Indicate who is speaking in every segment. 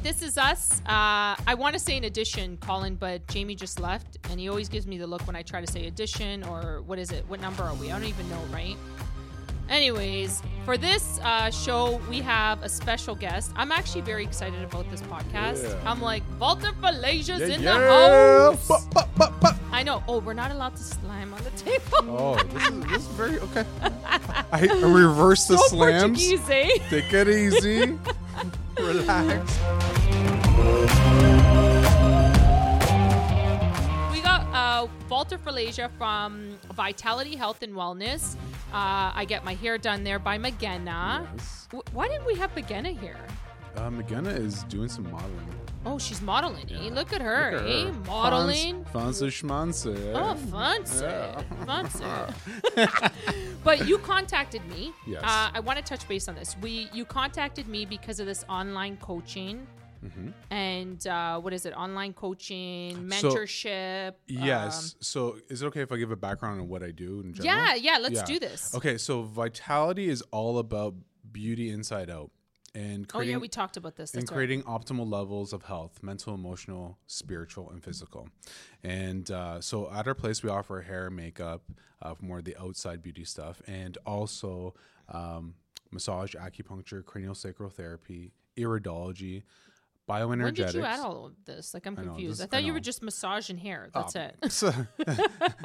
Speaker 1: This is us. Uh, I want to say an addition, Colin, but Jamie just left, and he always gives me the look when I try to say addition or what is it? What number are we? I don't even know, right? Anyways, for this uh, show, we have a special guest. I'm actually very excited about this podcast.
Speaker 2: Yeah.
Speaker 1: I'm like, Walter Falasia's in
Speaker 2: yeah.
Speaker 1: the house.
Speaker 2: Ba- ba- ba- ba.
Speaker 1: I know. Oh, we're not allowed to slam on the table.
Speaker 2: Oh, this is, this is very okay. I reverse the
Speaker 1: so
Speaker 2: slams.
Speaker 1: Portuguese, eh?
Speaker 2: Take it easy. Relax.
Speaker 1: We got uh, Walter Falasia from Vitality Health and Wellness. Uh, I get my hair done there by Magena.
Speaker 2: Yes.
Speaker 1: W- why did we have Magena here?
Speaker 2: Uh, McGenna is doing some modeling.
Speaker 1: Oh, she's modeling. eh?
Speaker 2: Yeah.
Speaker 1: Look at her,
Speaker 2: Look at
Speaker 1: eh?
Speaker 2: her.
Speaker 1: Modeling.
Speaker 2: Fancy schmancy.
Speaker 1: Oh, fancy,
Speaker 2: Yeah.
Speaker 1: fancy. but you contacted me.
Speaker 2: Yes.
Speaker 1: Uh, I want to touch base on this. We you contacted me because of this online coaching. And uh, what is it? Online coaching,
Speaker 2: Mm-hmm. So-
Speaker 1: mentorship. um,
Speaker 2: Yes. so, is it okay if I give a background on what I do in general?
Speaker 1: yeah, yeah. Let's do this.
Speaker 2: Okay, so vitality is all about beauty inside out and
Speaker 1: Oh
Speaker 2: creating
Speaker 1: yeah, we talked about this.
Speaker 2: and
Speaker 1: That's right.
Speaker 2: creating optimal levels of health mental emotional spiritual and physical and uh, so at our place we offer hair and makeup uh, more of the outside beauty stuff and also um, massage acupuncture cranial sacral therapy iridology bioenergetics
Speaker 1: When did you add all of this? Like I'm
Speaker 2: know,
Speaker 1: confused. I,
Speaker 2: this- I
Speaker 1: thought you were
Speaker 2: know. Ah,
Speaker 1: just massaging hair. That's it.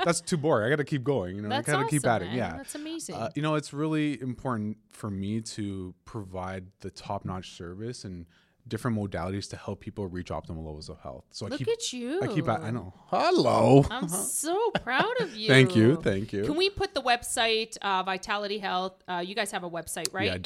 Speaker 2: that's too boring i gotta keep going you know
Speaker 1: That's
Speaker 2: i gotta
Speaker 1: awesome,
Speaker 2: keep adding
Speaker 1: man.
Speaker 2: yeah
Speaker 1: That's amazing.
Speaker 2: Uh, you know, it's really important for me to provide the top notch service and different modalities to help people reach optimal levels of health. So I
Speaker 1: Look
Speaker 2: keep,
Speaker 1: at you.
Speaker 2: I keep, at, I know. Hello.
Speaker 1: I'm so proud of you.
Speaker 2: Thank you, thank you.
Speaker 1: Can we put the website, uh, Vitality Health? Uh, you guys have a website, right?
Speaker 2: Yeah,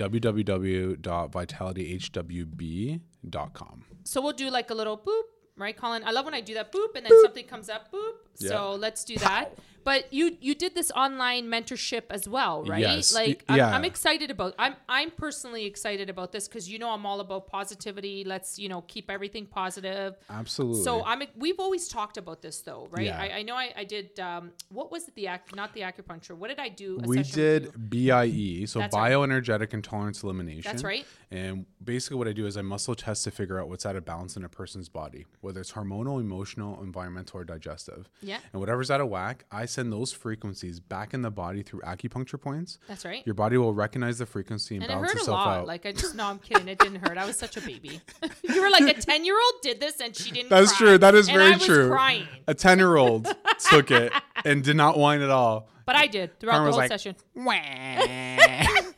Speaker 2: www.vitalityhwb.com.
Speaker 1: So we'll do like a little boop, right, Colin? I love when I do that boop and then something comes up, boop. So
Speaker 2: Yeah.
Speaker 1: let's do that. But you you did this online mentorship as well, right?
Speaker 2: Yes.
Speaker 1: Like
Speaker 2: Y-
Speaker 1: I'm,
Speaker 2: yeah.
Speaker 1: I'm excited about I'm I'm personally excited about this because you know I'm all about positivity. Let's you know keep everything positive.
Speaker 2: Absolutely.
Speaker 1: So I'm we've always talked about this though, right?
Speaker 2: Yeah.
Speaker 1: I, I know I, I did um, what was it the ac not the acupuncture? What did I do? a
Speaker 2: we
Speaker 1: session with you?
Speaker 2: did BIE, so
Speaker 1: That's right.
Speaker 2: bioenergetic intolerance elimination.
Speaker 1: That's right.
Speaker 2: And basically, what I do is I muscle test to figure out what's out of balance in a person's body, whether it's hormonal, emotional, environmental, or digestive.
Speaker 1: Yeah.
Speaker 2: And whatever's out of whack, I send those frequencies back in the body through acupuncture points.
Speaker 1: That's right.
Speaker 2: Your body will recognize the frequency and,
Speaker 1: and it
Speaker 2: balance
Speaker 1: hurt a
Speaker 2: itself
Speaker 1: lot.
Speaker 2: out.
Speaker 1: Like I just no, I'm kidding. It didn't hurt. I was such a baby. you were like a ten year old did this and she didn't.
Speaker 2: That's
Speaker 1: cry.
Speaker 2: true. That is
Speaker 1: And
Speaker 2: very
Speaker 1: I was
Speaker 2: true.
Speaker 1: Crying,
Speaker 2: A ten-year-old took it and did not whine at all.
Speaker 1: but I did throughout
Speaker 2: Karma
Speaker 1: the
Speaker 2: was
Speaker 1: whole
Speaker 2: like-
Speaker 1: session.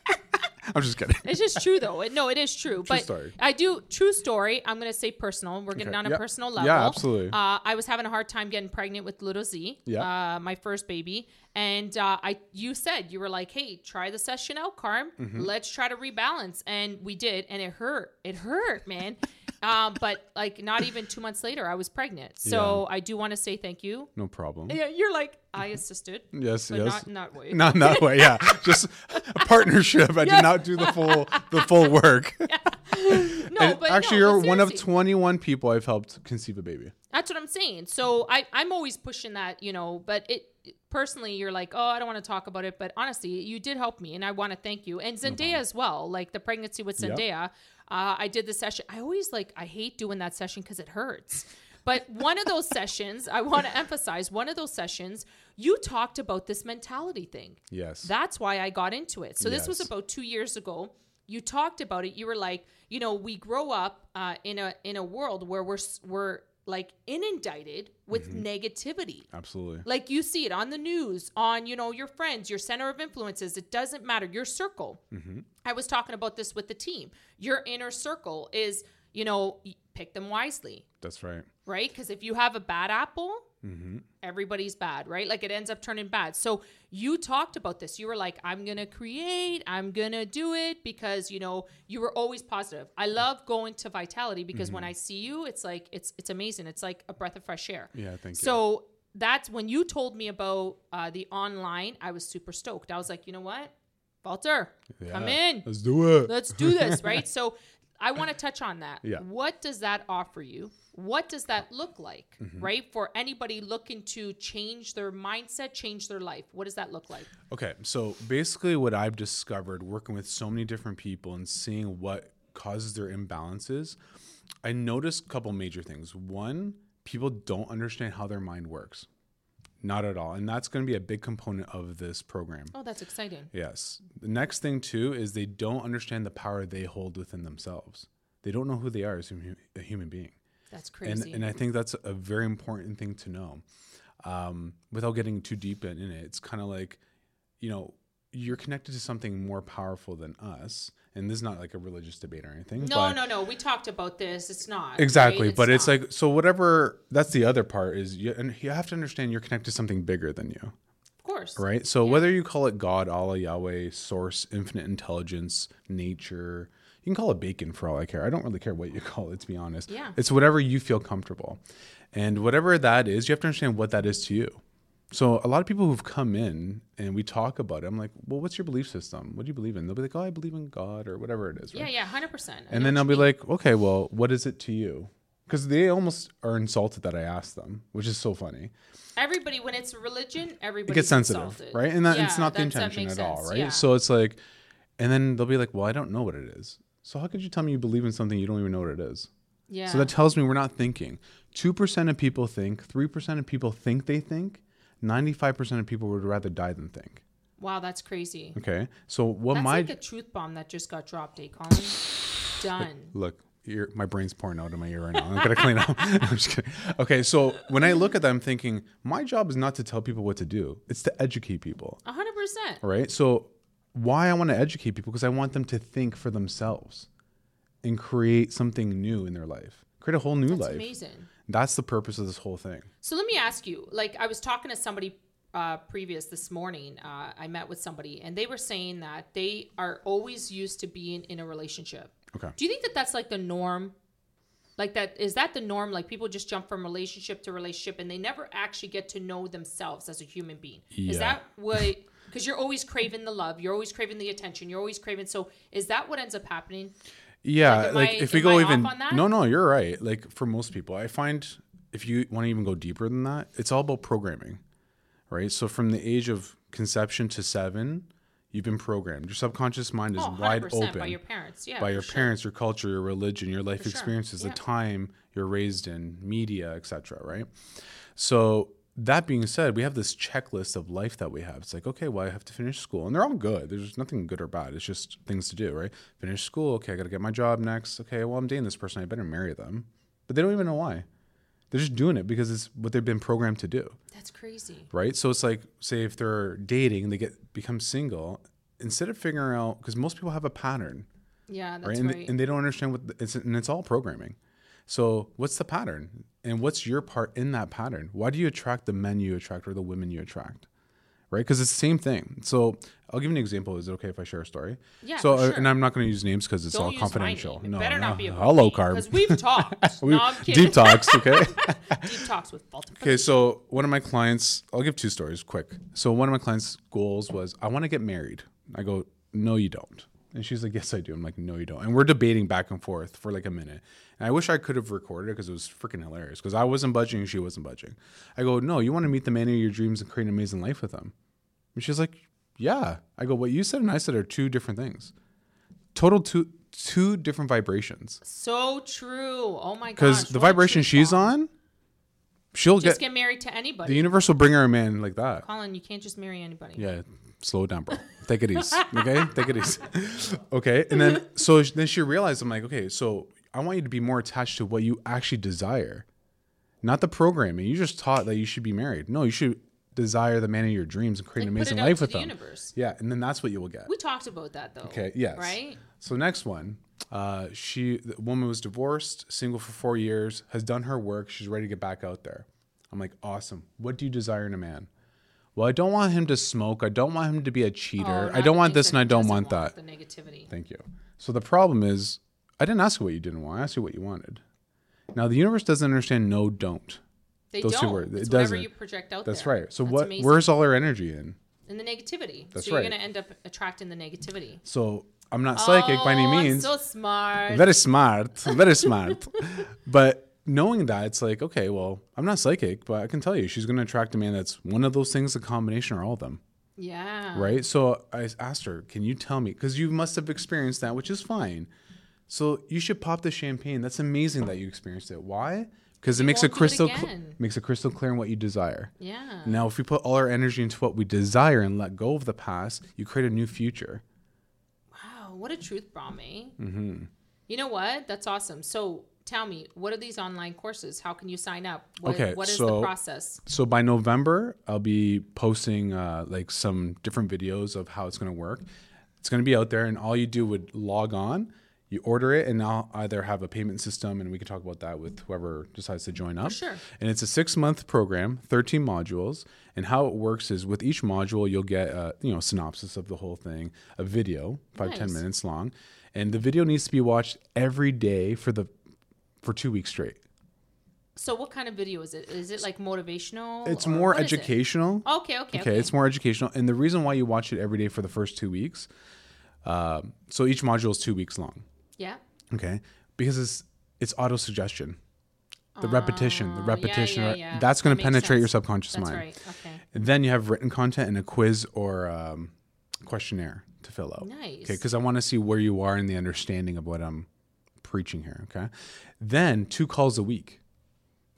Speaker 2: I'm just kidding.
Speaker 1: It's just true though. It, no, it is true. but
Speaker 2: story.
Speaker 1: I do true story. I'm gonna say personal. We're getting
Speaker 2: Okay.
Speaker 1: on a
Speaker 2: Yeah.
Speaker 1: personal
Speaker 2: Yeah,
Speaker 1: level.
Speaker 2: absolutely.
Speaker 1: Uh, I was having a hard time getting pregnant with little Z,
Speaker 2: Yeah.
Speaker 1: uh, my first baby, and uh, I you said you were like, hey, try the session out, Carm.
Speaker 2: Mm-hmm.
Speaker 1: Let's try to rebalance, and we did, and it hurt. It hurt, man. um, but like not even two months later, I was pregnant. So I do want to say thank you.
Speaker 2: No problem.
Speaker 1: Yeah, you're like I assisted.
Speaker 2: Yes,
Speaker 1: But
Speaker 2: yes.
Speaker 1: not in that way.
Speaker 2: Not in that way, yeah. Just a partnership. I
Speaker 1: Yes.
Speaker 2: did not do the full the full work.
Speaker 1: No,
Speaker 2: And
Speaker 1: but
Speaker 2: actually,
Speaker 1: no, but
Speaker 2: you're one of
Speaker 1: seriously.
Speaker 2: 21 people I've helped conceive a baby.
Speaker 1: That's what I'm saying. So I, I'm always pushing that, you know, but it personally, you're like, oh, I don't want to talk about it. But honestly, you did help me and I want to thank you. And Zendaya as well, like the pregnancy with
Speaker 2: Yep.
Speaker 1: Zendaya. Uh, I did the session. I always like, I hate doing that session because it hurts. But one of those sessions, I want to emphasize one of those sessions, you talked about this mentality thing.
Speaker 2: Yes.
Speaker 1: That's why I got into it. So this was
Speaker 2: Yes.
Speaker 1: about two years ago. You talked about it. You were like, you know, we grow up uh, in a in a world where we're s- we're like inundated with negativity.
Speaker 2: Absolutely.
Speaker 1: Like you see it on the news, on you know your friends, your center of influences. It doesn't matter your circle. I was talking about this with the team. Your inner circle is you know y- pick them wisely,
Speaker 2: That's right.
Speaker 1: right? Because if you have a bad apple,
Speaker 2: Mm-hmm.
Speaker 1: everybody's bad, right? Like it ends up turning bad. So you talked about this. You were like, I'm going to create, I'm going to do it because, you know, you were always positive. I love going to Vitality because when
Speaker 2: Mm-hmm.
Speaker 1: I see you, it's like, it's, it's amazing. It's like a breath of fresh air.
Speaker 2: Yeah, thank you.
Speaker 1: So that's when you told me about uh, the online, I was super stoked. I was like, you know what? Walter, come
Speaker 2: Yeah.
Speaker 1: in.
Speaker 2: Let's do it.
Speaker 1: Let's do this, right? So I want to touch on that.
Speaker 2: Yeah.
Speaker 1: What does that offer you? What does that look like,
Speaker 2: Mm-hmm.
Speaker 1: right? For anybody looking to change their mindset, change their life, what does that look like?
Speaker 2: Okay, so basically, what I've discovered working with so many different people and seeing what causes their imbalances, I noticed a couple major things. One, people don't understand how their mind works. Not at all. And that's going to be a big component of this program.
Speaker 1: Oh, that's exciting.
Speaker 2: Yes. The next thing, too, is they don't understand the power they hold within themselves. They don't know who they are as a hu- a human being.
Speaker 1: That's
Speaker 2: And,
Speaker 1: crazy.
Speaker 2: and I think that's a very important thing to know. Um, without getting too deep in, in it, it's kind of like, you know, you're connected to something more powerful than us. And this is not like a religious debate or anything.
Speaker 1: no,
Speaker 2: but
Speaker 1: no, no. We talked about this. It's not right?
Speaker 2: Exactly, but it's
Speaker 1: not.
Speaker 2: like so. Whatever. That's the other part is you and you have to understand you're connected to something bigger than you,
Speaker 1: of course,
Speaker 2: right? So whether you call it God, Allah, Yahweh, Source, Infinite Intelligence, Nature, you can call it Bacon for all I care. I don't really care what you call it. To be honest,
Speaker 1: Yeah.
Speaker 2: it's whatever you feel comfortable, and whatever that is, you have to understand what that is to you. So a lot of people who've come in and we talk about it, I'm like, well, what's your belief system? What do you believe in? They'll be like, oh, I believe in God or whatever it is. Right?
Speaker 1: Yeah, yeah, hundred percent.
Speaker 2: And then I'll be like, okay, well, what is it to you? Because they almost are insulted that I asked them, which is so funny.
Speaker 1: everybody, when it's religion, everybody
Speaker 2: It gets sensitive,
Speaker 1: insulted.
Speaker 2: right? And that, it's
Speaker 1: Yeah,
Speaker 2: not the
Speaker 1: that's- that
Speaker 2: intention
Speaker 1: makes
Speaker 2: at all,
Speaker 1: sense,
Speaker 2: right?
Speaker 1: yeah.
Speaker 2: So it's like, and then they'll be like, well, I don't know what it is. So how could you tell me you believe in something you don't even know what it is?
Speaker 1: yeah,
Speaker 2: So that tells me we're not thinking. 2% of people think, 3% of people think they think, 95% of people would rather die than think.
Speaker 1: wow, that's crazy.
Speaker 2: Okay. So what
Speaker 1: That's
Speaker 2: my.
Speaker 1: like a truth bomb that just got dropped, eh, Colin? Done.
Speaker 2: look your, my brain's pouring out of my ear right now. I'm gonna clean up. I'm just kidding. Okay, so when I look at that, I'm thinking my job is not to tell people what to do; it's to educate people,
Speaker 1: A hundred percent.
Speaker 2: right? So why I want to educate people because I want them to think for themselves and create something new in their life, create a whole new
Speaker 1: That's
Speaker 2: life.
Speaker 1: amazing.
Speaker 2: That's the purpose of this whole thing.
Speaker 1: So let me ask you. Like I was talking to somebody uh, previous this morning. Uh, I met with somebody, and they were saying that they are always used to being in a relationship.
Speaker 2: Okay.
Speaker 1: Do you think that that's like the norm? Like that is that the norm? Like people just jump from relationship to relationship, and they never actually get to know themselves as a human being.
Speaker 2: Yeah.
Speaker 1: Is that what? Because you're always craving the love, you're always craving the attention, you're always craving. So is that what ends up happening?
Speaker 2: Yeah,
Speaker 1: Like,
Speaker 2: like,
Speaker 1: am I-
Speaker 2: if we
Speaker 1: am
Speaker 2: go
Speaker 1: I
Speaker 2: even
Speaker 1: off on that?
Speaker 2: no, no, you're right. Like for most people, I find if you want to even go deeper than that, it's all about programming, right? So from the age of conception to seven, you've been programmed. Your subconscious mind is
Speaker 1: Oh,
Speaker 2: wide
Speaker 1: 100%
Speaker 2: open
Speaker 1: by your parents. Yeah.
Speaker 2: by
Speaker 1: for
Speaker 2: your
Speaker 1: sure.
Speaker 2: parents, your culture, your religion, your life
Speaker 1: sure,
Speaker 2: experiences,
Speaker 1: yeah.
Speaker 2: the time you're raised in, media, etc. Right. So that being said, we have this checklist of life that we have. It's like, okay, well, I have to finish school, and they're all good. There's nothing good or bad. It's just things to do, right? Finish school. Okay, I got to get my job next. Okay, well, I'm dating this person. I better marry them. But they don't even know why. They're just doing it because it's what they've been programmed to do
Speaker 1: That's crazy.
Speaker 2: right? So it's like, say, if they're dating, they get become single. Instead of figuring out, because most people have a pattern,
Speaker 1: Yeah, that's
Speaker 2: right?
Speaker 1: right.
Speaker 2: And, and they don't understand what the, it's, and it's all programming. So what's the pattern, and what's your part in that pattern? Why do you attract the men you attract or the women you attract? Right, because it's the same thing. So I'll give you an example. Is it okay if I share a story?
Speaker 1: Yeah,
Speaker 2: So
Speaker 1: for
Speaker 2: uh,
Speaker 1: sure.
Speaker 2: and I'm not going to use names because it's
Speaker 1: Don't
Speaker 2: all
Speaker 1: use my
Speaker 2: confidential.
Speaker 1: name. It better not be about
Speaker 2: hello,
Speaker 1: me,
Speaker 2: Carb.
Speaker 1: 'cause we've talked.
Speaker 2: We-
Speaker 1: no, I'm kidding.
Speaker 2: deep
Speaker 1: Deep,
Speaker 2: talks, okay?
Speaker 1: talks with Baltimore.
Speaker 2: Okay, so one of my clients, I'll give two stories quick. So one of my clients' goals was, I want to get married. I go, no, you don't. And she's like, yes, I do. I'm like, no, you don't. And we're debating back and forth for like a minute. And I wish I could have recorded it because it was freaking hilarious because I wasn't budging and she wasn't budging. I go, no, you want to meet the man of your dreams and create an amazing life with him. And she's like, yeah. I go, what you said and I said are two different things. Total two, two different vibrations.
Speaker 1: So true. Oh my gosh.
Speaker 2: Because the
Speaker 1: what a
Speaker 2: vibration
Speaker 1: truth
Speaker 2: she's
Speaker 1: bomb.
Speaker 2: on, she'll
Speaker 1: Just
Speaker 2: get,
Speaker 1: get married to anybody.
Speaker 2: the universe will bring her a man like that.
Speaker 1: Colin, you can't just marry anybody.
Speaker 2: Yeah, slow down, bro. Take it easy. Okay, take it easy. Okay, and then so then she realized I'm like, okay, so I want you to be more attached to what you actually desire, not the programming. You just taught that you should be married. No, you should desire the man of your dreams and create
Speaker 1: Like, put
Speaker 2: an amazing
Speaker 1: it out
Speaker 2: life
Speaker 1: to
Speaker 2: with
Speaker 1: the
Speaker 2: them.
Speaker 1: universe.
Speaker 2: Yeah, and then that's what you will get.
Speaker 1: We talked about that though.
Speaker 2: Okay. Yes.
Speaker 1: Right?
Speaker 2: So next one, uh, she the woman was divorced, single for four years, has done her work. She's ready to get back out there. I'm like, awesome. What do you desire in a man? Well, I don't want him to smoke. I don't want him to be a
Speaker 1: Oh,
Speaker 2: cheater.
Speaker 1: not
Speaker 2: I
Speaker 1: the
Speaker 2: don't want
Speaker 1: things
Speaker 2: this, and I
Speaker 1: he
Speaker 2: don't
Speaker 1: doesn't
Speaker 2: want that.
Speaker 1: The negativity.
Speaker 2: Thank you. So the problem is, I didn't ask you what you didn't want. I asked you what you wanted. Now the universe doesn't understand no, don't.
Speaker 1: They
Speaker 2: Those two
Speaker 1: don't.
Speaker 2: words, it
Speaker 1: It's whatever
Speaker 2: doesn't.
Speaker 1: you project out
Speaker 2: That's
Speaker 1: there.
Speaker 2: right. So
Speaker 1: That's
Speaker 2: what?
Speaker 1: amazing.
Speaker 2: Where's all our energy in?
Speaker 1: and the negativity.
Speaker 2: That's
Speaker 1: so you're
Speaker 2: right.
Speaker 1: gonna end up attracting the negativity.
Speaker 2: So I'm not psychic by any
Speaker 1: Oh, I'm
Speaker 2: means.
Speaker 1: so smart.
Speaker 2: Very smart. Very smart. but knowing that, it's like, okay, well, I'm not psychic, but I can tell you she's going to attract a man that's one of those things, a combination or all of them.
Speaker 1: yeah.
Speaker 2: Right. So I asked her, can you tell me? Because you must have experienced that, which is fine. So you should pop the champagne. That's amazing that you experienced it. Why? Because it makes a
Speaker 1: won't do it
Speaker 2: crystal cl-
Speaker 1: again.
Speaker 2: makes a crystal clear in what you desire.
Speaker 1: Yeah.
Speaker 2: Now, if we put all our energy into what we desire and let go of the past, you create a new future.
Speaker 1: Wow, Oh, what a truth bomb, eh? Mm-hmm. You know what? That's awesome. So tell me, what are these online courses? How can you sign up? What,
Speaker 2: Okay,
Speaker 1: what is the
Speaker 2: so-
Speaker 1: process?
Speaker 2: So by November, I'll be posting uh, like some different videos of how it's going to work. It's going to be out there, and all you do would log on, you order it, and I'll either have a payment system, and we can talk about that with whoever decides to join up.
Speaker 1: sure.
Speaker 2: And it's a six-month program, thirteen modules, and how it works is with each module you'll get a you know synopsis of the whole thing, a video, five ten
Speaker 1: Nice.
Speaker 2: minutes long, and the video needs to be watched every day for the for two weeks straight.
Speaker 1: So what kind of video is it? Is it like motivational?
Speaker 2: It's
Speaker 1: or
Speaker 2: more
Speaker 1: what is it?
Speaker 2: educational.
Speaker 1: Okay, okay,
Speaker 2: Okay,
Speaker 1: okay.
Speaker 2: it's more educational, and the reason why you watch it every day for the first two weeks, um, so each module is two weeks long.
Speaker 1: yeah.
Speaker 2: Okay, because it's it's auto suggestion, the repetition, the
Speaker 1: Oh, yeah,
Speaker 2: repetition.
Speaker 1: yeah,
Speaker 2: re-
Speaker 1: yeah.
Speaker 2: That's going
Speaker 1: That
Speaker 2: to
Speaker 1: makes
Speaker 2: penetrate your
Speaker 1: sense.
Speaker 2: subconscious
Speaker 1: That's
Speaker 2: mind.
Speaker 1: right. Okay.
Speaker 2: And then you have written content and a quiz or um, questionnaire to fill out.
Speaker 1: Nice.
Speaker 2: Okay, because I want to see where you are in the understanding of what I'm preaching here. Okay, then two calls a week.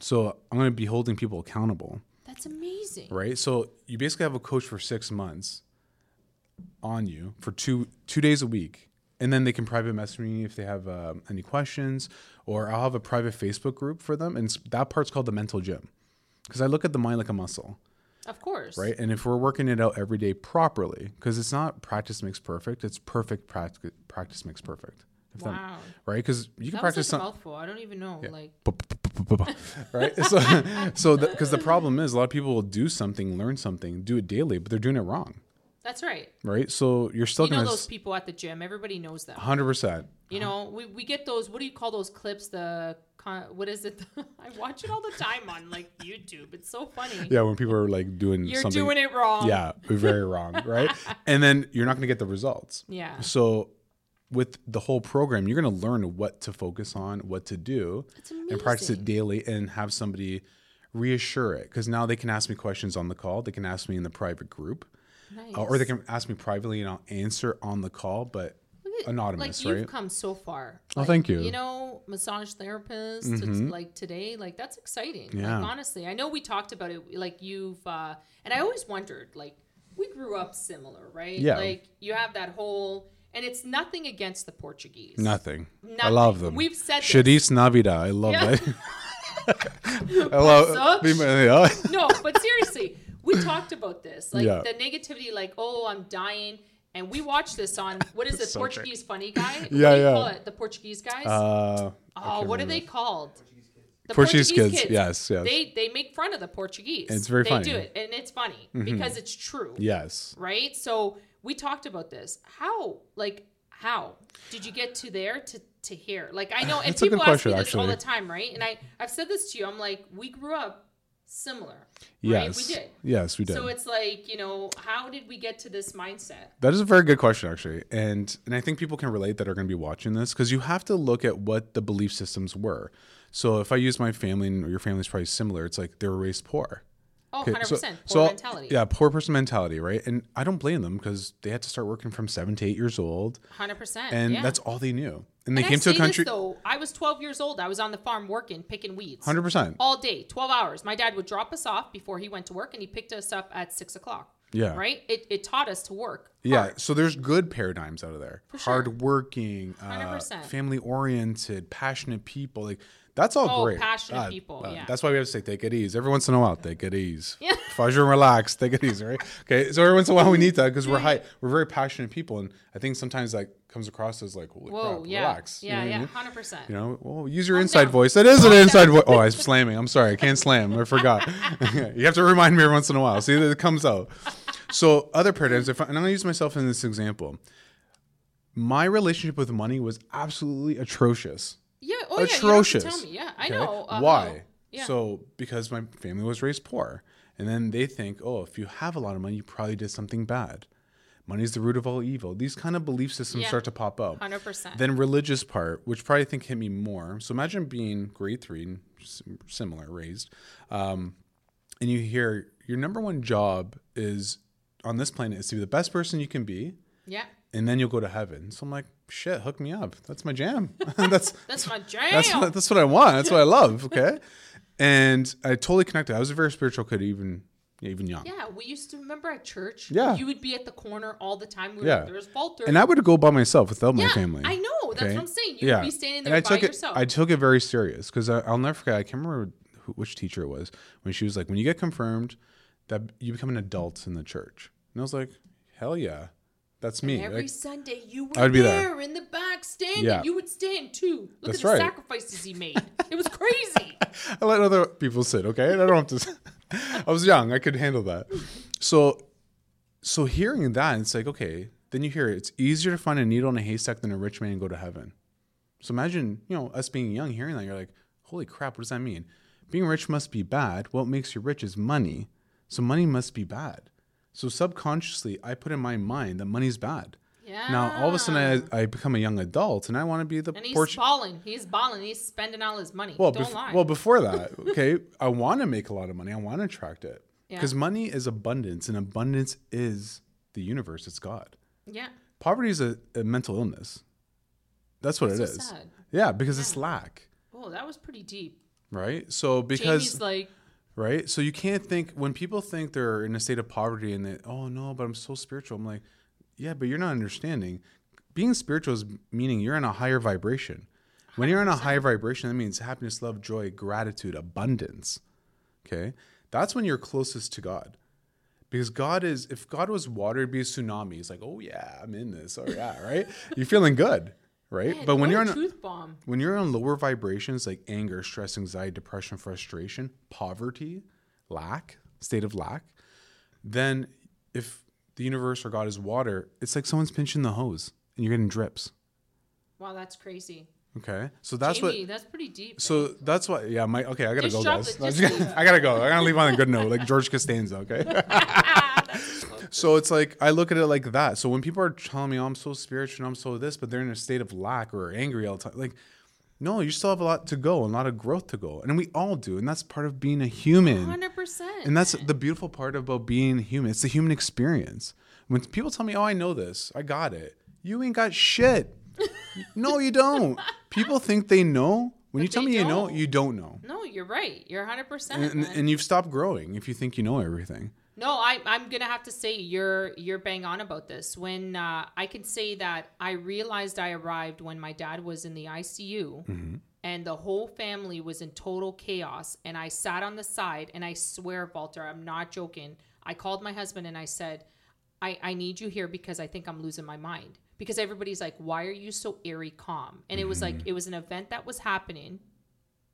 Speaker 2: So I'm going to be holding people accountable
Speaker 1: That's amazing.
Speaker 2: right? So you basically have a coach for six months on you for two two days a week, and then they can private message me if they have um, any questions, or I'll have a private Facebook group for them, and s- that part's called the mental gym, because I look at the mind like a muscle,
Speaker 1: Of course.
Speaker 2: right? And if we're working it out every day properly, because it's not practice makes perfect, it's perfect practice practice makes perfect. If that-
Speaker 1: Wow.
Speaker 2: right? Because you can
Speaker 1: That was
Speaker 2: practice
Speaker 1: like
Speaker 2: some,
Speaker 1: a mouthful. I don't even know. Like
Speaker 2: right? So, so because the problem is, a lot of people will do something, learn something, do it daily, but they're doing it wrong,
Speaker 1: that's right.
Speaker 2: right? So you're still
Speaker 1: You know
Speaker 2: gonna
Speaker 1: those people at the gym. Everybody knows them.
Speaker 2: hundred percent.
Speaker 1: You know, we, we get those. What do you call those clips? The con- what is it? I watch it all the time on like YouTube. It's so funny.
Speaker 2: Yeah, when people are like doing
Speaker 1: You're
Speaker 2: something,
Speaker 1: doing it wrong.
Speaker 2: yeah, very wrong, right? And then you're not gonna get the results.
Speaker 1: Yeah.
Speaker 2: So with the whole program, you're gonna learn what to focus on, what to do,
Speaker 1: It's
Speaker 2: and practice
Speaker 1: amazing.
Speaker 2: it daily, and have somebody reassure it because now they can ask me questions on the call. They can ask me in the private group.
Speaker 1: Nice.
Speaker 2: Uh, or they can ask me privately and I'll answer on the call, but
Speaker 1: Look at-
Speaker 2: anonymous,
Speaker 1: like,
Speaker 2: right?
Speaker 1: You've come so far.
Speaker 2: Oh,
Speaker 1: Like,
Speaker 2: thank you. Mm-hmm.
Speaker 1: You know, massage therapist, to- like today, like that's exciting.
Speaker 2: Yeah.
Speaker 1: Like honestly, I know we talked about it. Like you've, uh, and I always wondered, like we grew up similar, right?
Speaker 2: Yeah.
Speaker 1: Like you have that whole, and it's nothing against the Portuguese.
Speaker 2: Nothing. I
Speaker 1: Nothing.
Speaker 2: love them.
Speaker 1: We've said this.
Speaker 2: Feliz Navidad. I love
Speaker 1: Yeah.
Speaker 2: that. I love.
Speaker 1: Such-
Speaker 2: Yeah.
Speaker 1: no, but seriously, we talked about this. Like
Speaker 2: Yeah.
Speaker 1: the negativity, like, oh, I'm dying. And we watched this on what is the
Speaker 2: So great.
Speaker 1: Portuguese funny guy? What do
Speaker 2: Yeah,
Speaker 1: you
Speaker 2: yeah.
Speaker 1: call it? The Portuguese guys?
Speaker 2: Uh, I
Speaker 1: oh,
Speaker 2: can't
Speaker 1: what are
Speaker 2: remember.
Speaker 1: they called? The
Speaker 2: Portuguese kids, yes, yes.
Speaker 1: They they make fun of the Portuguese.
Speaker 2: It's very
Speaker 1: they
Speaker 2: funny. Mm-hmm.
Speaker 1: do it, and it's funny because it's true.
Speaker 2: Yes.
Speaker 1: Right. So we talked about this. How like how did you get to there to to here? Like I know, and
Speaker 2: That's a good
Speaker 1: people
Speaker 2: question,
Speaker 1: ask me this all the
Speaker 2: actually.
Speaker 1: time, right? And I I've said this to you. I'm like, we grew up similar.
Speaker 2: Yes.
Speaker 1: Right? We did.
Speaker 2: Yes, we did.
Speaker 1: So it's like you know, how did we get to this mindset?
Speaker 2: That is a very good question, actually, and and I think people can relate that are going to be watching this because you have to look at what the belief systems were. So if I use my family, and your family's probably similar, it's like they were raised poor.
Speaker 1: Oh, 100 percent poor
Speaker 2: I'll-
Speaker 1: mentality.
Speaker 2: Yeah, poor person mentality, right? And I don't blame them because they had to start working from seven to eight years old,
Speaker 1: Hundred percent.
Speaker 2: and
Speaker 1: yeah.
Speaker 2: that's all they knew. And they
Speaker 1: And I
Speaker 2: came to a
Speaker 1: say
Speaker 2: country.
Speaker 1: This, though I was 12 years old. I was on the farm working, picking weeds,
Speaker 2: Hundred percent.
Speaker 1: all day, 12 hours. My dad would drop us off before he went to work, and he picked us up at six o'clock.
Speaker 2: Yeah.
Speaker 1: Right. It, it taught us to work.
Speaker 2: Yeah. So there's good paradigms out of there.
Speaker 1: sure.
Speaker 2: Hardworking, uh,
Speaker 1: 100%.
Speaker 2: family oriented, passionate people. Like that's all
Speaker 1: Oh,
Speaker 2: great.
Speaker 1: passionate people, yeah.
Speaker 2: That's why we have to say take it easy every once in a while. Take it easy. Yeah. Fudge and relax. Take it easy. Right. Okay. So every once in a while we need that because we're high. We're very passionate people, and I think sometimes that comes across as like, holy
Speaker 1: Whoa.
Speaker 2: crap,
Speaker 1: yeah.
Speaker 2: relax. You know
Speaker 1: Yeah.
Speaker 2: what I
Speaker 1: yeah.
Speaker 2: mean?
Speaker 1: 100 percent.
Speaker 2: You know, well, use your inside
Speaker 1: down.
Speaker 2: voice. That is an inside voice. Oh, I'm slamming. I'm sorry. I can't slam. I forgot. you have to remind me every once in a while. See, that it comes out. So, other paradigms, if I, and I'm going to use myself in this example. My relationship with money was absolutely atrocious.
Speaker 1: Yeah. Oh yeah.
Speaker 2: atrocious.
Speaker 1: You don't have to tell me. Yeah. I
Speaker 2: Okay?
Speaker 1: know. Uh,
Speaker 2: Why?
Speaker 1: Yeah.
Speaker 2: So, because my family was raised poor. And then they think, oh, if you have a lot of money, you probably did something bad. Money's the root of all evil. These kind of belief systems
Speaker 1: Yeah.
Speaker 2: start to pop up.
Speaker 1: 100 percent.
Speaker 2: Then religious part, which probably I think hit me more. So imagine being grade three, and s- similar raised, um, and you hear your number one job is on this planet is to be the best person you can be
Speaker 1: Yeah.
Speaker 2: and then you'll go to heaven. So I'm like, shit, hook me up. That's my jam. that's
Speaker 1: That's my jam.
Speaker 2: that's what, that's what I want. That's what I love. Okay, and I totally connected. I was a very spiritual kid, even even young.
Speaker 1: yeah, we used to remember at church.
Speaker 2: Yeah.
Speaker 1: You would be at the corner all the time. We were,
Speaker 2: Yeah.
Speaker 1: There was falter.
Speaker 2: And I would go by myself without
Speaker 1: yeah,
Speaker 2: my family.
Speaker 1: I know. That's
Speaker 2: okay?
Speaker 1: what I'm saying. You'd be standing there
Speaker 2: and I
Speaker 1: by
Speaker 2: took
Speaker 1: yourself.
Speaker 2: It, I took it very serious because I'll never forget. I can't remember who, which teacher it was when she was like, "When you get confirmed, that you become an adult in the church." And I was like, "Hell yeah, that's me."
Speaker 1: Every
Speaker 2: Like,
Speaker 1: Sunday, you were
Speaker 2: I would be
Speaker 1: there,
Speaker 2: there.
Speaker 1: in the back standing.
Speaker 2: Yeah.
Speaker 1: You would stand too. Look
Speaker 2: That's
Speaker 1: at the
Speaker 2: right.
Speaker 1: sacrifices he made. It was crazy.
Speaker 2: I let other people sit, okay? And I don't have to. I was young; I could handle that. So, so hearing that, it's like okay. Then you hear it. It's easier to find a needle in a haystack than a rich man and go to heaven. So imagine, you know, us being young, hearing that, you're like, holy crap, what does that mean? Being rich must be bad. What makes you rich is money. So money must be bad. So subconsciously, I put in my mind that money's bad.
Speaker 1: yeah.
Speaker 2: Now all of a sudden, I, I become a young adult, and I want to be the
Speaker 1: Ah. and he's
Speaker 2: Portu-
Speaker 1: balling. He's balling. He's spending all his money.
Speaker 2: well,
Speaker 1: Don't
Speaker 2: bef-
Speaker 1: lie.
Speaker 2: well, before that, okay, I want to make a lot of money. I want to attract it
Speaker 1: Yeah.
Speaker 2: because money is abundance, and abundance is the universe. It's God.
Speaker 1: yeah.
Speaker 2: Poverty is a, a mental illness. That's what it
Speaker 1: That's so
Speaker 2: is.
Speaker 1: sad.
Speaker 2: Yeah, because it's lack,
Speaker 1: Oh, that was pretty deep.
Speaker 2: right? So because
Speaker 1: Jamie's like,
Speaker 2: right, so you can't think when people think they're in a state of poverty and that oh no, but I'm so spiritual. I'm like, yeah, but you're not understanding. Being spiritual is meaning you're in a higher vibration. When you're in a higher vibration, that means happiness, love, joy, gratitude, abundance. Okay. That's when you're closest to God. Because God is, if God was water, it'd be a tsunami. It's like, oh yeah, I'm in this. Oh yeah, right? You're feeling good, right?
Speaker 1: "Man,
Speaker 2: but when
Speaker 1: what
Speaker 2: you're
Speaker 1: a
Speaker 2: on
Speaker 1: truth bomb.
Speaker 2: when you're on lower vibrations like anger, stress, anxiety, depression, frustration, poverty, lack, state of lack, then if the universe or God is water, it's like someone's pinching the hose and you're getting drips.
Speaker 1: Wow, that's crazy.
Speaker 2: Okay. So that's
Speaker 1: Jamie,
Speaker 2: what
Speaker 1: that's pretty deep.
Speaker 2: so that's why yeah, my okay, I gotta
Speaker 1: Just
Speaker 2: go
Speaker 1: drop
Speaker 2: guys.
Speaker 1: it,
Speaker 2: No,
Speaker 1: just
Speaker 2: just-
Speaker 1: leave it.
Speaker 2: I gotta go. I gotta leave on a good note, like George Costanza, okay?
Speaker 1: ah, that's close.
Speaker 2: So it's like I look at it like that. So when people are telling me oh, I'm so spiritual, I'm so this, but they're in a state of lack or angry all the time, like, no, you still have a lot to go, and a lot of growth to go, and we all do, and that's part of being a human,
Speaker 1: 100%.
Speaker 2: and that's the beautiful part about being human. It's the human experience. When people tell me, "Oh, I know this, I got it," you ain't got shit. no, you don't. People think they know. When you tell
Speaker 1: they
Speaker 2: me you know,
Speaker 1: don't.
Speaker 2: you don't know,
Speaker 1: no, you're right. You're 100%.
Speaker 2: and,
Speaker 1: man.
Speaker 2: and you've stopped growing if you think you know everything.
Speaker 1: No, I, I'm gonna have to say you're you're bang on about this. When uh, I can say that I realized I arrived when my dad was in the ICU, and the whole family was in total chaos, and I sat on the side, and I swear, Walter, I'm not joking. I called my husband and I said, I, I need you here because I think I'm losing my mind. Because everybody's like, why are you so eerie calm? And it was like, it was an event that was happening.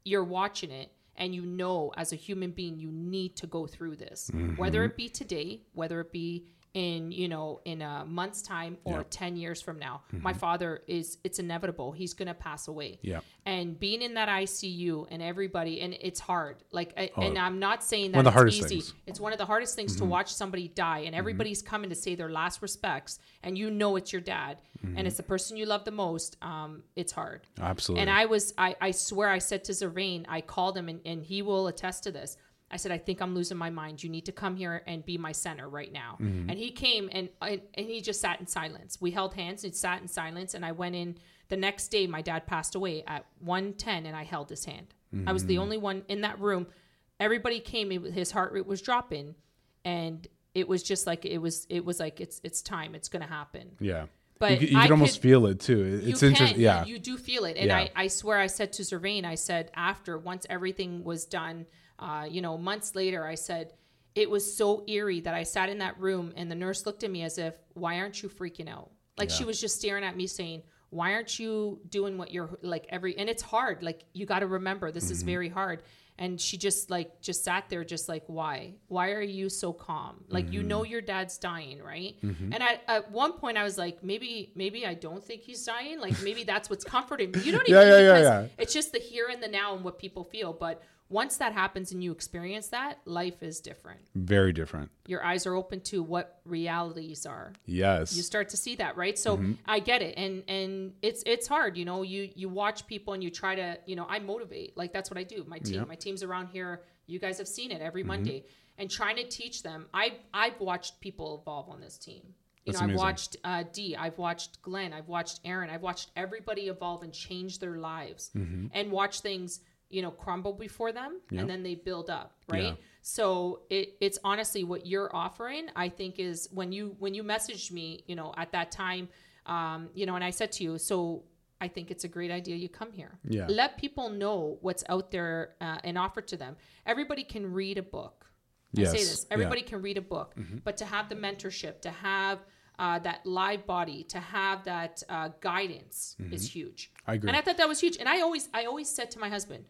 Speaker 1: You're watching it, and you know, as a human being, you need to go through this, whether it be today, whether it be in you know in a month's time or 10 years from now my father is it's inevitable he's going to pass away
Speaker 2: Yeah.
Speaker 1: and being in that icu and everybody and it's hard like I, and i'm not saying that
Speaker 2: Oh, One of the
Speaker 1: it's
Speaker 2: hardest
Speaker 1: easy
Speaker 2: things. Mm-hmm.
Speaker 1: it's one of the hardest things to watch somebody die, and everybody's coming to say their last respects, and you know it's your dad, and
Speaker 2: Mm-hmm.
Speaker 1: it's the person you love the most. Um, it's hard.
Speaker 2: Absolutely.
Speaker 1: And I was, I, I swear, I said to Zervain, I called him, and, and he will attest to this. I said, I think I'm losing my mind. You need to come here and be my center right now.
Speaker 2: Mm-hmm.
Speaker 1: And he came and, and and he just sat in silence. We held hands and sat in silence. And I went in the next day. My dad passed away at 110, and I held his hand. I was
Speaker 2: Mm-hmm.
Speaker 1: the only one in that room. Everybody came. It, his heart rate was dropping, and it was just like it was. It was like it's it's time. It's gonna happen.
Speaker 2: yeah.
Speaker 1: But
Speaker 2: you, c- you
Speaker 1: I
Speaker 2: can almost
Speaker 1: could-
Speaker 2: feel it too. It-
Speaker 1: You
Speaker 2: It's
Speaker 1: can,
Speaker 2: interesting. Yeah.
Speaker 1: you do feel it, and
Speaker 2: Yeah.
Speaker 1: I, I swear I said to Zervain, I said after once everything was done, uh, you know, months later, I said it was so eerie that I sat in that room and the nurse looked at me as if, why aren't you freaking out? Like she was just staring at me saying, why aren't you doing what you're like every? And it's hard. Like you got to remember this is very hard. And she just like just sat there, just like why? Why are you so calm? Like you know your dad's dying, right? And I, at one point I was like, maybe maybe I don't think he's dying. Like maybe that's what's comforting me. You don't even
Speaker 2: Yeah, yeah, yeah,
Speaker 1: because
Speaker 2: yeah.
Speaker 1: it's just the here and the now and what people feel. But once that happens and you experience that, life is different.
Speaker 2: Very different.
Speaker 1: Your eyes are open to what realities are.
Speaker 2: Yes.
Speaker 1: You start to see that, right? So
Speaker 2: Mm-hmm.
Speaker 1: I get it, and and it's it's hard, you know. You you watch people and you try to, you know, I motivate. Like that's what I do. My team, my team's around here. You guys
Speaker 2: Mm-hmm.
Speaker 1: have seen it every Monday, and trying to teach them. I I've watched people evolve on this team. You
Speaker 2: That's
Speaker 1: know,
Speaker 2: amazing.
Speaker 1: I've watched uh, Dee, I've watched Glenn, I've watched Aaron, I've watched everybody evolve and change their lives and watch things, you know, crumble before them
Speaker 2: Mm-hmm. Yeah.
Speaker 1: and then they build up, right?
Speaker 2: Yeah.
Speaker 1: So it, it's honestly what you're offering. I think is when you when you messaged me, you know, at that time, um, you know, and I said to you, so I think it's a great idea you come here.
Speaker 2: Yeah.
Speaker 1: Let people know what's out there uh, and offer to them. Everybody can read a book. I say
Speaker 2: Yes.
Speaker 1: this.
Speaker 2: Yeah. Mm-hmm.
Speaker 1: Everybody can read a book, but to have the mentorship, to have uh, that live body, to have that uh, guidance is huge.
Speaker 2: Mm-hmm. I agree.
Speaker 1: And I thought that was huge. And I always, I always said to my husband,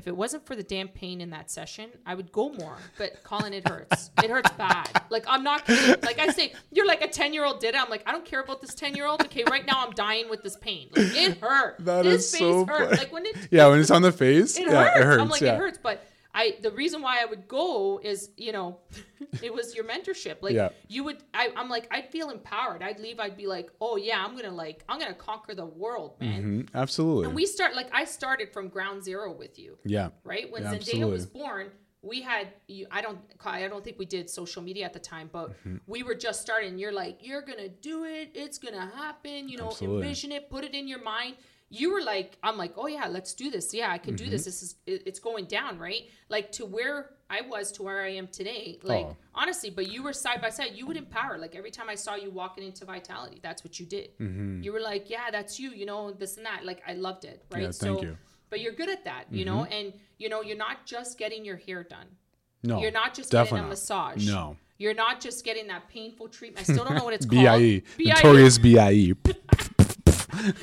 Speaker 1: if it wasn't for the damn pain in that session, I would go more. But Colin, it hurts. it hurts bad. Like I'm not kidding. Like I say, you're like a ten year old did it. I'm like, I don't care about this ten year old. Okay, right now I'm dying with this pain. Like, it hurt.
Speaker 2: That
Speaker 1: His
Speaker 2: is
Speaker 1: face
Speaker 2: so
Speaker 1: hurt.
Speaker 2: funny.
Speaker 1: Like when it
Speaker 2: yeah, when it's on the face,
Speaker 1: it,
Speaker 2: yeah,
Speaker 1: hurts.
Speaker 2: it hurts.
Speaker 1: I'm like,
Speaker 2: yeah.
Speaker 1: it hurts. But I, the reason why I would go is, you know, it was your mentorship. Like
Speaker 2: Yeah.
Speaker 1: you would, I, I'm like, I'd feel empowered. I'd leave. I'd be like, oh yeah, I'm gonna like, I'm gonna conquer the world, man.
Speaker 2: Mhm, Absolutely.
Speaker 1: And we start like I started from ground zero with you,
Speaker 2: yeah.
Speaker 1: right? When
Speaker 2: Yeah,
Speaker 1: Zendaya
Speaker 2: absolutely.
Speaker 1: was born, we had you, I don't, I don't think we did social media at the time, but
Speaker 2: Mm-hmm.
Speaker 1: we were just starting. You're like, you're gonna do it. It's gonna happen. You know,
Speaker 2: Absolutely.
Speaker 1: envision it. Put it in your mind. You were like, I'm like, oh yeah, let's do this. Yeah, I can do
Speaker 2: Mm-hmm.
Speaker 1: this. This is, it- it's going down, right? Like to where I was to where I am today. Like
Speaker 2: Oh.
Speaker 1: honestly, but you were side by side. You would empower. Like every time I saw you walking into Vitality, that's what you did.
Speaker 2: Mm-hmm.
Speaker 1: You were like, yeah, that's you. You know, this and that. Like I loved it, right?
Speaker 2: Yeah, thank you. Mm-hmm.
Speaker 1: But you're good at that, you know, and you know, you're not just getting your hair done.
Speaker 2: No.
Speaker 1: You're not just getting
Speaker 2: definitely
Speaker 1: a
Speaker 2: not.
Speaker 1: massage.
Speaker 2: No.
Speaker 1: You're not just getting that painful treatment. I still don't know what it's called.
Speaker 2: BIE.
Speaker 1: BIE.
Speaker 2: E. Notorious E. BIE.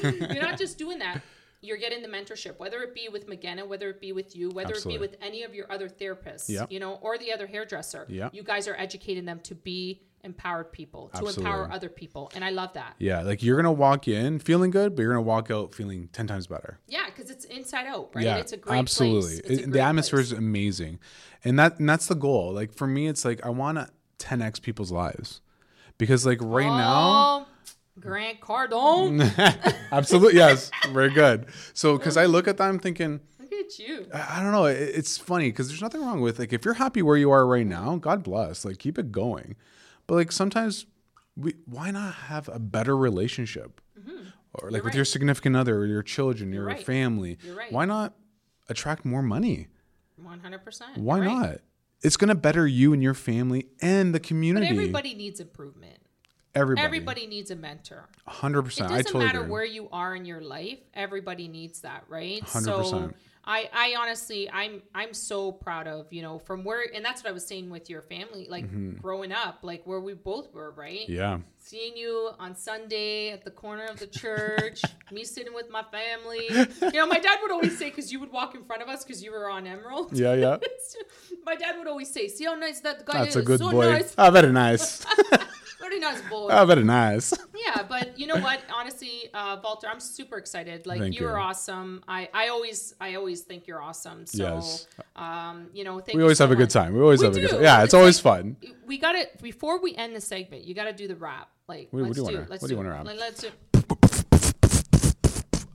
Speaker 1: You're not just doing that. You're getting the mentorship, whether it be with McGenna, whether it be with you, whether
Speaker 2: Absolutely.
Speaker 1: it be with any of your other therapists,
Speaker 2: Yep.
Speaker 1: you know, or the other hairdresser.
Speaker 2: Yeah.
Speaker 1: You guys are educating them to be empowered people, to empower
Speaker 2: Absolutely.
Speaker 1: other people. And I love that.
Speaker 2: Yeah, like you're gonna walk in feeling good, but you're gonna walk out feeling ten times better.
Speaker 1: Yeah, because it's inside out, right?
Speaker 2: Yeah,
Speaker 1: it's a great
Speaker 2: absolutely.
Speaker 1: place. It's a
Speaker 2: It- the
Speaker 1: great
Speaker 2: atmosphere
Speaker 1: place.
Speaker 2: is amazing, and that and that's the goal. Like for me, it's like I want to 10x people's lives because like right now,
Speaker 1: Oh, Grant Cardone.
Speaker 2: absolutely yes, very good. So because I look at that, I'm thinking.
Speaker 1: Look at you.
Speaker 2: I I don't know. It- It's funny because there's nothing wrong with like if you're happy where you are right now, God bless. Like keep it going. But like sometimes we why not have a better relationship? Or like with
Speaker 1: Mm-hmm. right.
Speaker 2: your significant other or your children, your
Speaker 1: right.
Speaker 2: family.
Speaker 1: You're right.
Speaker 2: Why not attract more money?
Speaker 1: One hundred percent.
Speaker 2: Why not? It's gonna better you and your family and the community.
Speaker 1: But everybody needs improvement.
Speaker 2: everybody,
Speaker 1: Everybody needs a mentor.
Speaker 2: hundred
Speaker 1: It
Speaker 2: percent.
Speaker 1: doesn't
Speaker 2: I totally
Speaker 1: matter
Speaker 2: agree.
Speaker 1: where you are in your life. Everybody needs that, right?
Speaker 2: 100%.
Speaker 1: I, I honestly, I'm, I'm so proud of you know from where, and that's what I was saying with your family, like growing up, like where we both were, right?
Speaker 2: Mm-hmm. yeah,
Speaker 1: Seeing you on Sunday at the corner of the church, me sitting with my family. You know, my dad would always say because you would walk in front of us because you were on Emerald.
Speaker 2: yeah, yeah.
Speaker 1: my dad would always say, "See how nice that guy
Speaker 2: That's
Speaker 1: is.
Speaker 2: a good
Speaker 1: so
Speaker 2: boy.
Speaker 1: nice,
Speaker 2: Ah, very nice.
Speaker 1: very nice boy."
Speaker 2: ah, very nice.
Speaker 1: yeah, but you know what? Honestly, uh, Walter, I'm super excited. Like
Speaker 2: Thank
Speaker 1: you are
Speaker 2: you.
Speaker 1: awesome. I, I always I always think you're awesome. So,
Speaker 2: Yes.
Speaker 1: um, you know, thank
Speaker 2: We
Speaker 1: you
Speaker 2: always
Speaker 1: so
Speaker 2: have a good
Speaker 1: much.
Speaker 2: time. We always
Speaker 1: We
Speaker 2: have a good
Speaker 1: do.
Speaker 2: time. Yeah, it's
Speaker 1: It's
Speaker 2: always
Speaker 1: like-
Speaker 2: fun.
Speaker 1: We got to before we end the segment. You got to do the rap. Like,
Speaker 2: What- what
Speaker 1: let's
Speaker 2: do you
Speaker 1: do.
Speaker 2: wanna-
Speaker 1: it. Let's
Speaker 2: what do
Speaker 1: do.
Speaker 2: you
Speaker 1: it.
Speaker 2: wanna rap?
Speaker 1: Let- Let's do. it.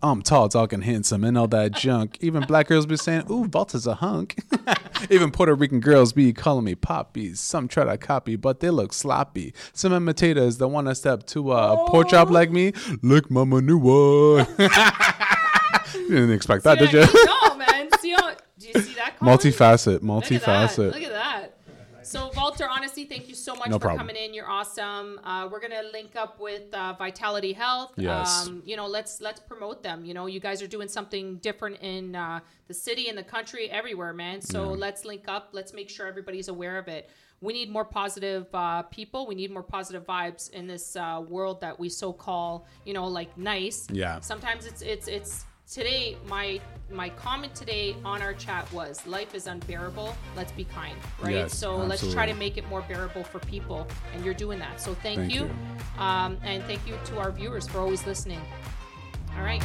Speaker 2: I'm tall, talking handsome, and all that junk. Even black girls be saying, "Ooh, Volta's a hunk." Even Puerto Rican girls be calling me poppies. Some try to copy, but they look sloppy. Some imitators that want to step to a pork
Speaker 1: Oh.
Speaker 2: chop like me, lick my manure. you didn't expect that, did you?
Speaker 1: no, man. See how, do you see that? Colin? Look at
Speaker 2: Multifaceted,
Speaker 1: that. Look
Speaker 2: multifaceted.
Speaker 1: at that. So, Walter, honestly, thank you so much
Speaker 2: No
Speaker 1: for
Speaker 2: problem.
Speaker 1: coming in. You're awesome. Uh, we're gonna link up with uh, Vitality Health.
Speaker 2: Yes.
Speaker 1: Um, you know, let's let's promote them. You know, you guys are doing something different in uh, the city, in the country, everywhere, man. So let's link up. Let's make sure everybody's aware of it. We need more positive uh, people. We need more positive vibes in this uh, world that we so call, you know, like nice.
Speaker 2: Yeah.
Speaker 1: Sometimes it's it's it's today my my comment today on our chat was life is unbearable. Let's be kind, right?
Speaker 2: Yes,
Speaker 1: so let's try
Speaker 2: absolutely.
Speaker 1: to make it more bearable for people, and you're doing that. So thank,
Speaker 2: Thank
Speaker 1: you,
Speaker 2: you.
Speaker 1: Um, and thank you to our viewers for always listening. All right.